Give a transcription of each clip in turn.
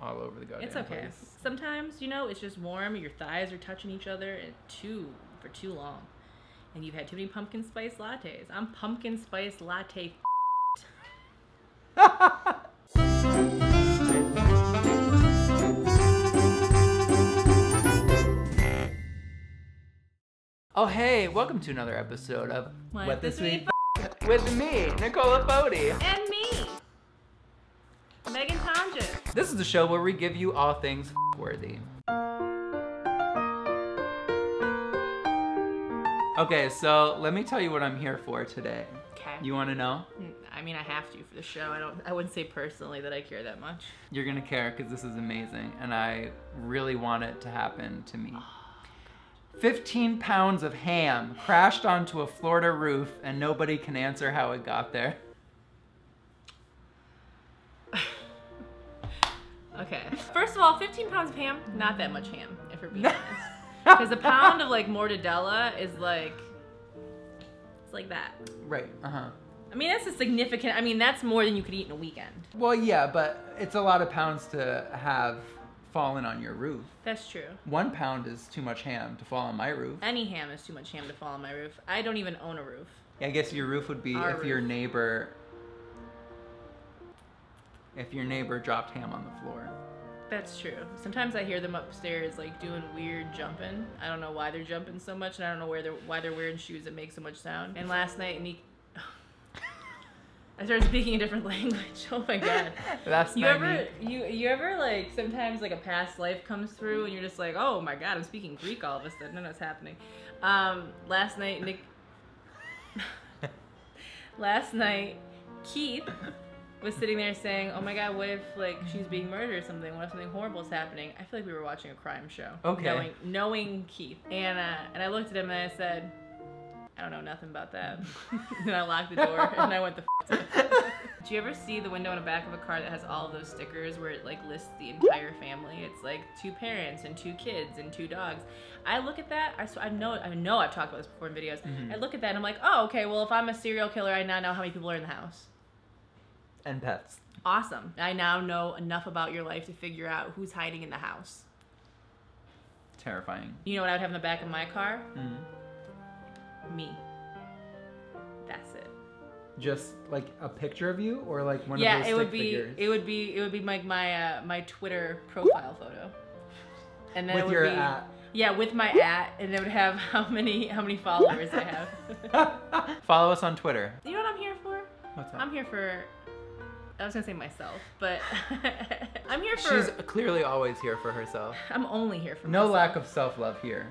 all over the goddamn It's okay. place. Sometimes, you know, it's just warm, your thighs are touching each other and too for too long. And you've had too many pumpkin spice lattes. I'm pumpkin spice latte. Oh hey, welcome to another episode of What This We with me, Nicola Bodie. And me! Megan Tomjin. This is the show where we give you all things f- worthy. Okay, so let me tell you what I'm here for today. Okay. You want to know? Hmm, I mean, I have to for the show. I don't. I wouldn't say personally that I care that much. You're gonna care because this is amazing, and I really want it to happen to me. Oh, 15 pounds of ham crashed onto a Florida roof, and nobody can answer how it got there. Okay. First of all, 15 pounds of ham, not that much ham, if we're being honest. Because a pound of like mortadella is like, it's like that. Right, uh huh. I mean, that's a significant. I mean, that's more than you could eat in a weekend. Well, yeah, but it's a lot of pounds to have fallen on your roof. That's true. One pound is too much ham to fall on my roof. Any ham is too much ham to fall on my roof. I don't even own a roof. I guess your roof would be Our if your roof. neighbor. If your neighbor dropped ham on the floor. That's true. Sometimes I hear them upstairs like doing weird jumping. I don't know why they're jumping so much, and I don't know where they're why they're wearing shoes that make so much sound. And last night, Nick, I started speaking a different language. Oh my god. Last You night ever you you ever like sometimes like a past life comes through and you're just like oh my god I'm speaking Greek all of a sudden I don't know what's happening. Um, last night Nick, last night Keith was sitting there saying oh my god what if like she's being murdered or something what if something horrible is happening I feel like we were watching a crime show. Okay. Knowing, knowing Keith and uh, and I looked at him and I said I don't know nothing about that. and I locked the door and I went the. F- to- do you ever see the window in the back of a car that has all of those stickers where it like lists the entire family? It's like two parents and two kids and two dogs. I look at that. I sw- I know I know I've talked about this before in videos. Mm-hmm. I look at that and I'm like, oh okay. Well, if I'm a serial killer, I now know how many people are in the house. and pets. Awesome. I now know enough about your life to figure out who's hiding in the house. Terrifying. You know what I would have in the back of my car? Mm. Me. That's it. Just like a picture of you, or like one yeah, of those it would stick be figures. it would be it would be like my uh, my Twitter profile photo. And then it with would your uh, be, Yeah, with my at, and it would have how many how many followers I have. at. Follow us on Twitter. you know what I'm here for? What's up? I'm here for. I was gonna say myself, but I'm here for. She's clearly always here for herself. I'm only here for. No myself. lack of self love here.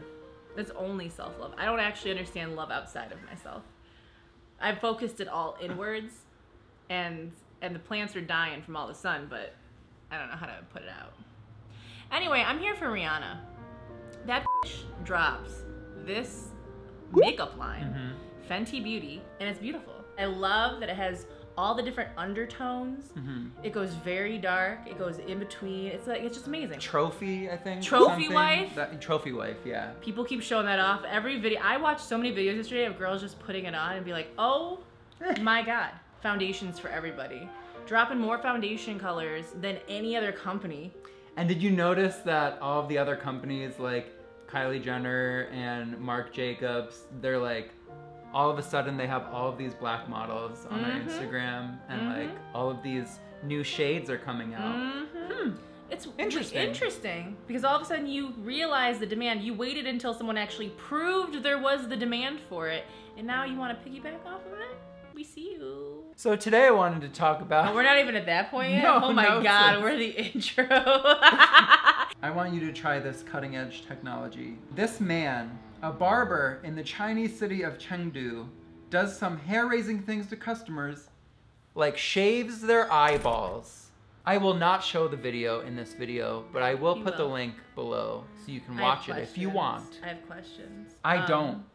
That's only self love. I don't actually understand love outside of myself. I focused it all inwards, and and the plants are dying from all the sun, but I don't know how to put it out. Anyway, I'm here for Rihanna. That bitch drops this makeup line, Fenty Beauty, and it's beautiful. I love that it has all the different undertones. It goes very dark. It goes in between. It's like it's just amazing. Trophy, I think. Trophy something. wife? That- trophy wife, yeah. People keep showing that off. Every video, I watched so many videos yesterday of girls just putting it on and be like, oh Eh. my god, foundations for everybody. Dropping more foundation colors than any other company. And did you notice that all of the other companies like Kylie Jenner and Marc Jacobs, they're like all of a sudden they have all of these black models on their Mhm. Instagram and Mhm. like all of these new shades are coming out. Mm-hmm. It's Interesting. interesting. interesting because all of a sudden you realize the demand. You waited until someone actually proved there was the demand for it, and now you want to piggyback off of it? We see you. So today I wanted to talk about Oh, we're not even at that point yet. No, oh my no, god, sis. we're the intro. I want you to try this cutting edge technology. This man, a barber in the Chinese city of Chengdu, does some hair raising things to customers, like shaves their eyeballs. I will not show the video in this video, but I will You put the will. link below so you can I have watch it if you questions. want. I have questions. I Um, don't.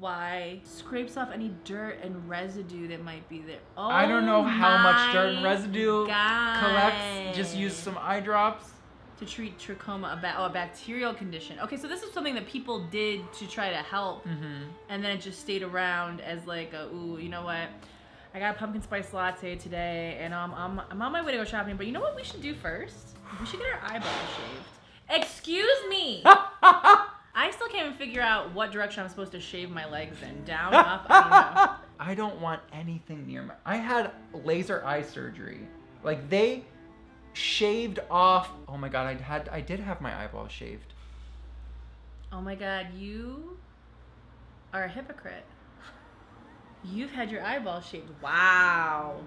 Why scrapes off any dirt and residue that might be there? Oh, I don't know how much dirt my and residue God. collects. Just use some eye drops. to treat trachoma, a, ba- oh, a bacterial condition. Okay, so this is something that people did to try to help, Mm-hmm. and then it just stayed around as like, a, ooh, you know what? I got a pumpkin spice latte today, and um, I'm I'm on my way to go shopping. But you know what we should do first? We should get our eyebrows shaved. Excuse me. Ah! Mm-hmm. I still can't even figure out what direction I'm supposed to shave my legs in. Down, up, I I don't want anything near my. I had laser eye surgery. Like they shaved off. Oh my god, I had I did have my eyeball shaved. don't know. Oh my god, you are a hypocrite. You've had your eyeball shaved. Wow.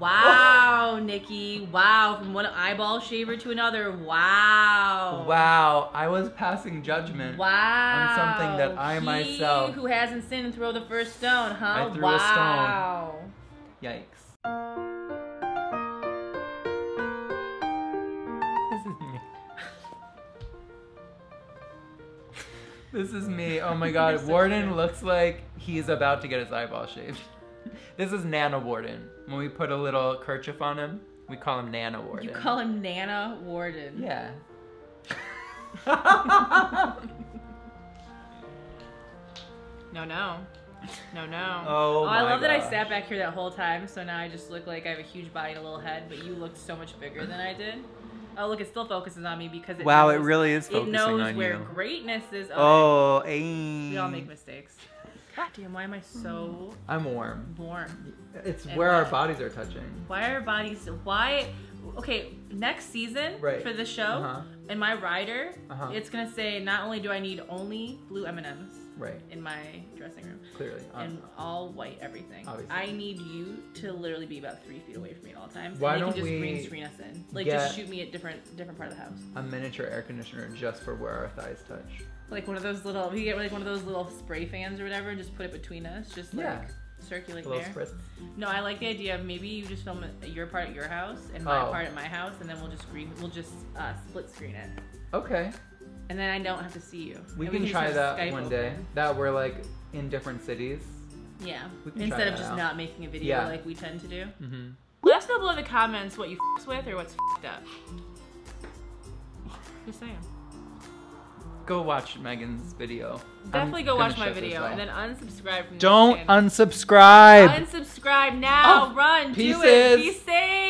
Wow, Nikki. Wow. From one eyeball shaver to another. Wow. Wow, I was passing judgment. Oh. Wow. something that I He myself- who hasn't sinned throw the first stone, huh? I threw a stone. wow. Yikes. This is me. this is me. Oh my You're god. so Warden cute. looks like he's about to get his eyeball shaved. This is Nana Warden. When we put a little kerchief on him, we call him Nana Warden. You call him Nana Warden. Yeah. No, no. No, no. Oh I my love that I gosh. sat back here that whole time, so now I just look like I have a huge body and a little head, but you looked so much bigger than I did. Oh, look, it still focuses on me because it wow, knows, it really is it focusing knows on where you. greatness is. Oh, eh. Oh, we all ayy. make mistakes. God damn, why am I so I'm warm. warm? It's And where why- our bodies are touching. Why are bodies? Why? Okay, next season Right. for the show, Uh-huh. in my rider, Uh-huh. it's gonna say not only do I need only blue M and M's Right, in my dressing room, clearly. and Um, all white everything. Obviously. I need you to literally be about three feet away from me at all times. Why and they don't can just we green screen us in. Like get- just shoot me at different different part of the house. a miniature air conditioner just for where our thighs touch. Like one of those little we get like one of those little spray fans or whatever and just put it between us, just like Yeah. circulate Little there. spritz. No, I like the idea of maybe you just film it- your part at your house and my Oh. part at my house and then we'll just green we'll just uh, split screen it. Okay, And then I don't have to see you. we And can just try have that Skype one open. day. That we're like in different cities. Yeah. We can try Instead of that just out. not making a video Yeah. like we tend to do. Mm-hmm. Let us know below in the comments what you f***ed with or what's f***ed up. Just saying. Go watch Megan's video. I'm Definitely go gonna watch my shut this video off. and then unsubscribe from Don't this channel. unsubscribe. unsubscribe now. Oh, Run. Do pieces. it. Be safe.